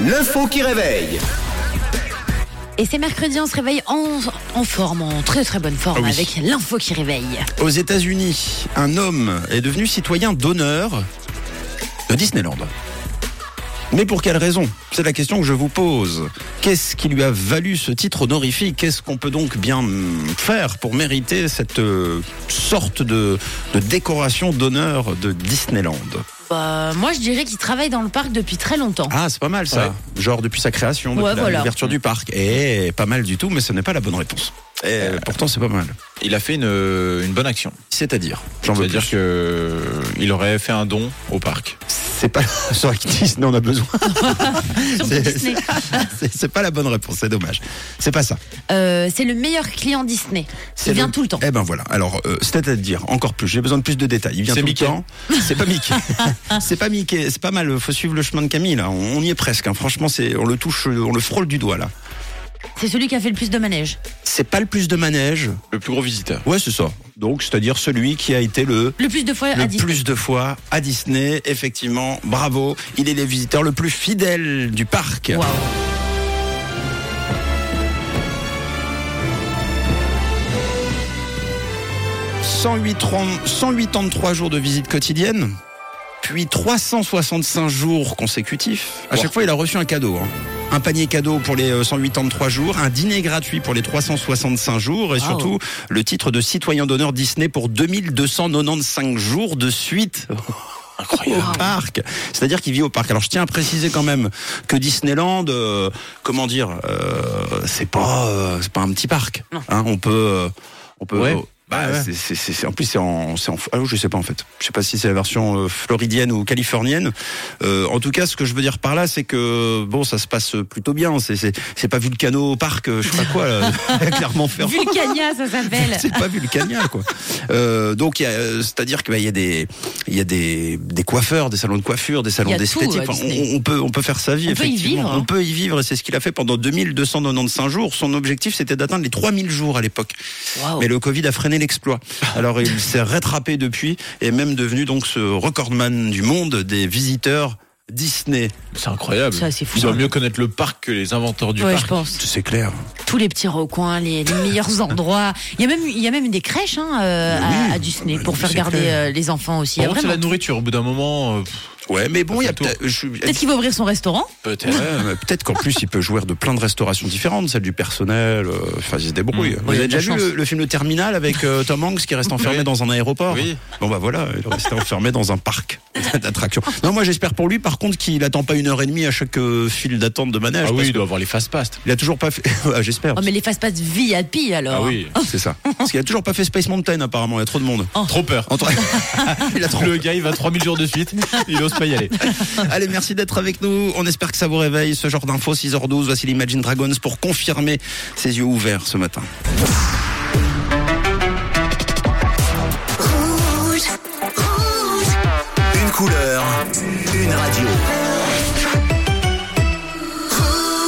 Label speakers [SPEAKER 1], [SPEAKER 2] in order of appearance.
[SPEAKER 1] L'info qui réveille.
[SPEAKER 2] Et c'est mercredi, on se réveille en, en forme, en très très bonne forme,
[SPEAKER 3] Ah oui.
[SPEAKER 2] avec l'info qui réveille.
[SPEAKER 3] Aux États-Unis, un homme est devenu citoyen d'honneur de Disneyland. Mais pour quelle raison C'est la question que je vous pose. Qu'est-ce qui lui a valu ce titre honorifique Qu'est-ce qu'on peut donc bien hum, faire pour mériter cette euh, sorte de, de décoration d'honneur de Disneyland
[SPEAKER 2] Bah, moi, je dirais qu'il travaille dans le parc depuis très longtemps.
[SPEAKER 3] Ah, c'est pas mal ça. Genre depuis sa création, depuis
[SPEAKER 2] Ouais,
[SPEAKER 3] la-
[SPEAKER 2] voilà.
[SPEAKER 3] l'ouverture du parc. Eh, pas mal du tout, mais ce n'est pas la bonne réponse. Et pourtant, c'est pas mal.
[SPEAKER 4] Il a fait une, euh, une bonne action.
[SPEAKER 3] C'est-à-dire, j'en veux
[SPEAKER 4] C'est-à-dire
[SPEAKER 3] dire
[SPEAKER 4] que euh, il aurait fait un don au parc.
[SPEAKER 3] C'est pas sur vrai que Disney on a besoin. C'est-
[SPEAKER 2] Disney.
[SPEAKER 3] c'est- C'est pas la bonne réponse, c'est dommage. C'est pas ça.
[SPEAKER 2] Euh, c'est le meilleur client Disney. Il
[SPEAKER 3] C'est
[SPEAKER 2] vient
[SPEAKER 3] le-
[SPEAKER 2] tout le temps.
[SPEAKER 3] Eh ben voilà. Alors euh, c'est-à-dire encore plus. J'ai besoin de plus de détails. Il vient
[SPEAKER 4] C'est
[SPEAKER 3] tout
[SPEAKER 4] Mickey.
[SPEAKER 3] le temps. C'est pas Mickey. c'est pas Mickey. C'est pas mal. Faut suivre le chemin de Camille. Là. On, on y est presque. hein. Franchement, c'est on le touche, on le frôle du doigt là.
[SPEAKER 2] C'est celui qui a fait le plus de manèges.
[SPEAKER 3] C'est pas le plus de manège.
[SPEAKER 4] Le plus gros visiteur.
[SPEAKER 3] Ouais, c'est ça. Donc c'est-à-dire celui qui a été le
[SPEAKER 2] Le plus de fois à
[SPEAKER 3] le
[SPEAKER 2] Disney.
[SPEAKER 3] plus de fois à Disney, effectivement, bravo. Il est le visiteur le plus fidèle du parc.
[SPEAKER 2] Waouh.
[SPEAKER 3] « 183 jours de visite quotidienne, puis 365 jours consécutifs. À
[SPEAKER 4] Wow.
[SPEAKER 3] chaque fois, il a reçu un cadeau. hein. Un panier cadeau pour les euh, 183 jours, un dîner gratuit pour les 365 jours et
[SPEAKER 4] Ah
[SPEAKER 2] Wow.
[SPEAKER 3] surtout le titre de citoyen d'honneur Disney pour 2295 jours de suite
[SPEAKER 4] Incroyable.
[SPEAKER 3] au parc. C'est-à-dire qu'il vit au parc. Alors je tiens à préciser quand même que Disneyland, euh, comment dire, euh, c'est pas, euh, c'est pas un petit parc.
[SPEAKER 2] Non.
[SPEAKER 3] Hein, on peut, euh, on peut.
[SPEAKER 4] Ouais.
[SPEAKER 3] euh, bah,
[SPEAKER 4] Ouais, ouais.
[SPEAKER 3] c'est- c'est- c'est- c'est- en plus, c'est en, c'est en- ah, je sais pas en fait. Je sais pas si c'est la version euh, floridienne ou californienne. Euh, en tout cas, ce que je veux dire par là, c'est que bon, ça se passe plutôt bien. C'est- C'est c'est pas Vulcano au parc, euh, je sais pas quoi, là, clairement ferrand
[SPEAKER 2] Vulcania, ça s'appelle.
[SPEAKER 3] c'est pas Vulcania quoi. Euh, donc il y a, euh, c'est-à-dire qu'il y a des il y a des, des coiffeurs, des salons de coiffure, des
[SPEAKER 2] Il y
[SPEAKER 3] salons
[SPEAKER 2] a tout,
[SPEAKER 3] d'esthétique.
[SPEAKER 2] à
[SPEAKER 3] Enfin,
[SPEAKER 2] Disney.
[SPEAKER 3] on, on peut on peut faire sa vie
[SPEAKER 2] On peut y
[SPEAKER 3] effectivement.
[SPEAKER 2] vivre, hein.
[SPEAKER 3] On peut y vivre et c'est ce qu'il a fait pendant 2295 jours. Son objectif c'était d'atteindre les 3000 jours à l'époque.
[SPEAKER 2] Waouh.
[SPEAKER 3] Mais le Covid a freiné l'exploit. Alors il s'est rattrapé depuis et est même devenu donc ce recordman du monde des visiteurs Disney.
[SPEAKER 4] C'est incroyable.
[SPEAKER 2] Ça, c'est fou. hein.
[SPEAKER 4] Il doit mieux connaître le parc que les inventeurs du
[SPEAKER 2] Ouais, je
[SPEAKER 4] parc.
[SPEAKER 2] pense.
[SPEAKER 3] C'est clair.
[SPEAKER 2] Tous les petits recoins, les, les meilleurs endroits. Il y a même, il y a même des crèches hein, euh, à-
[SPEAKER 3] Oui,
[SPEAKER 2] à, Disney
[SPEAKER 3] bah,
[SPEAKER 2] pour faire
[SPEAKER 3] c'est
[SPEAKER 2] garder
[SPEAKER 3] clair. Oh,
[SPEAKER 2] euh, les enfants aussi. Il y
[SPEAKER 4] Par
[SPEAKER 2] a
[SPEAKER 4] contre, c'est
[SPEAKER 2] vraiment
[SPEAKER 4] la nourriture. Au bout d'un moment, euh,
[SPEAKER 3] Ouais, mais bon, il y a
[SPEAKER 4] Tour.
[SPEAKER 3] peut-être je-
[SPEAKER 2] Peut-être qu'il va ouvrir son restaurant.
[SPEAKER 3] Ah,
[SPEAKER 4] peut-être.
[SPEAKER 3] Ouais, mais peut-être qu'en plus il peut jouer de plein de restaurations différentes, celle du personnel, euh, enfin il se débrouille. Vous
[SPEAKER 2] Oui, il
[SPEAKER 3] avez
[SPEAKER 2] a
[SPEAKER 3] déjà
[SPEAKER 2] de la
[SPEAKER 3] vu
[SPEAKER 2] chance.
[SPEAKER 3] le, le film Le Terminal avec euh, Tom Hanks qui reste enfermé
[SPEAKER 4] Oui.
[SPEAKER 3] dans un aéroport
[SPEAKER 4] Oui.
[SPEAKER 3] Bon bah voilà, il reste enfermé dans un parc d'attractions. Non moi j'espère pour lui par contre qu'il attend pas une heure et demie à chaque euh, file d'attente de manège.
[SPEAKER 4] Ah oui,
[SPEAKER 3] parce
[SPEAKER 4] il
[SPEAKER 3] que
[SPEAKER 4] doit avoir les fast-pass.
[SPEAKER 3] il a toujours pas fait... Ah, j'espère.
[SPEAKER 2] Oh, mais les fast-pass VIP alors.
[SPEAKER 4] Ah oui.
[SPEAKER 3] C'est ça. Parce qu'il a toujours pas fait Space Mountain apparemment, il y a trop de monde.
[SPEAKER 4] Trop peur.
[SPEAKER 3] Entre- il a trop
[SPEAKER 4] Le gars, il va 3000 jours de suite. Il n'ose pas y aller.
[SPEAKER 3] Allez, merci d'être avec nous. On espère que ça vous réveille. Ce genre d'infos, 6h12, voici l'Imagine Dragons pour confirmer ses yeux ouverts ce matin.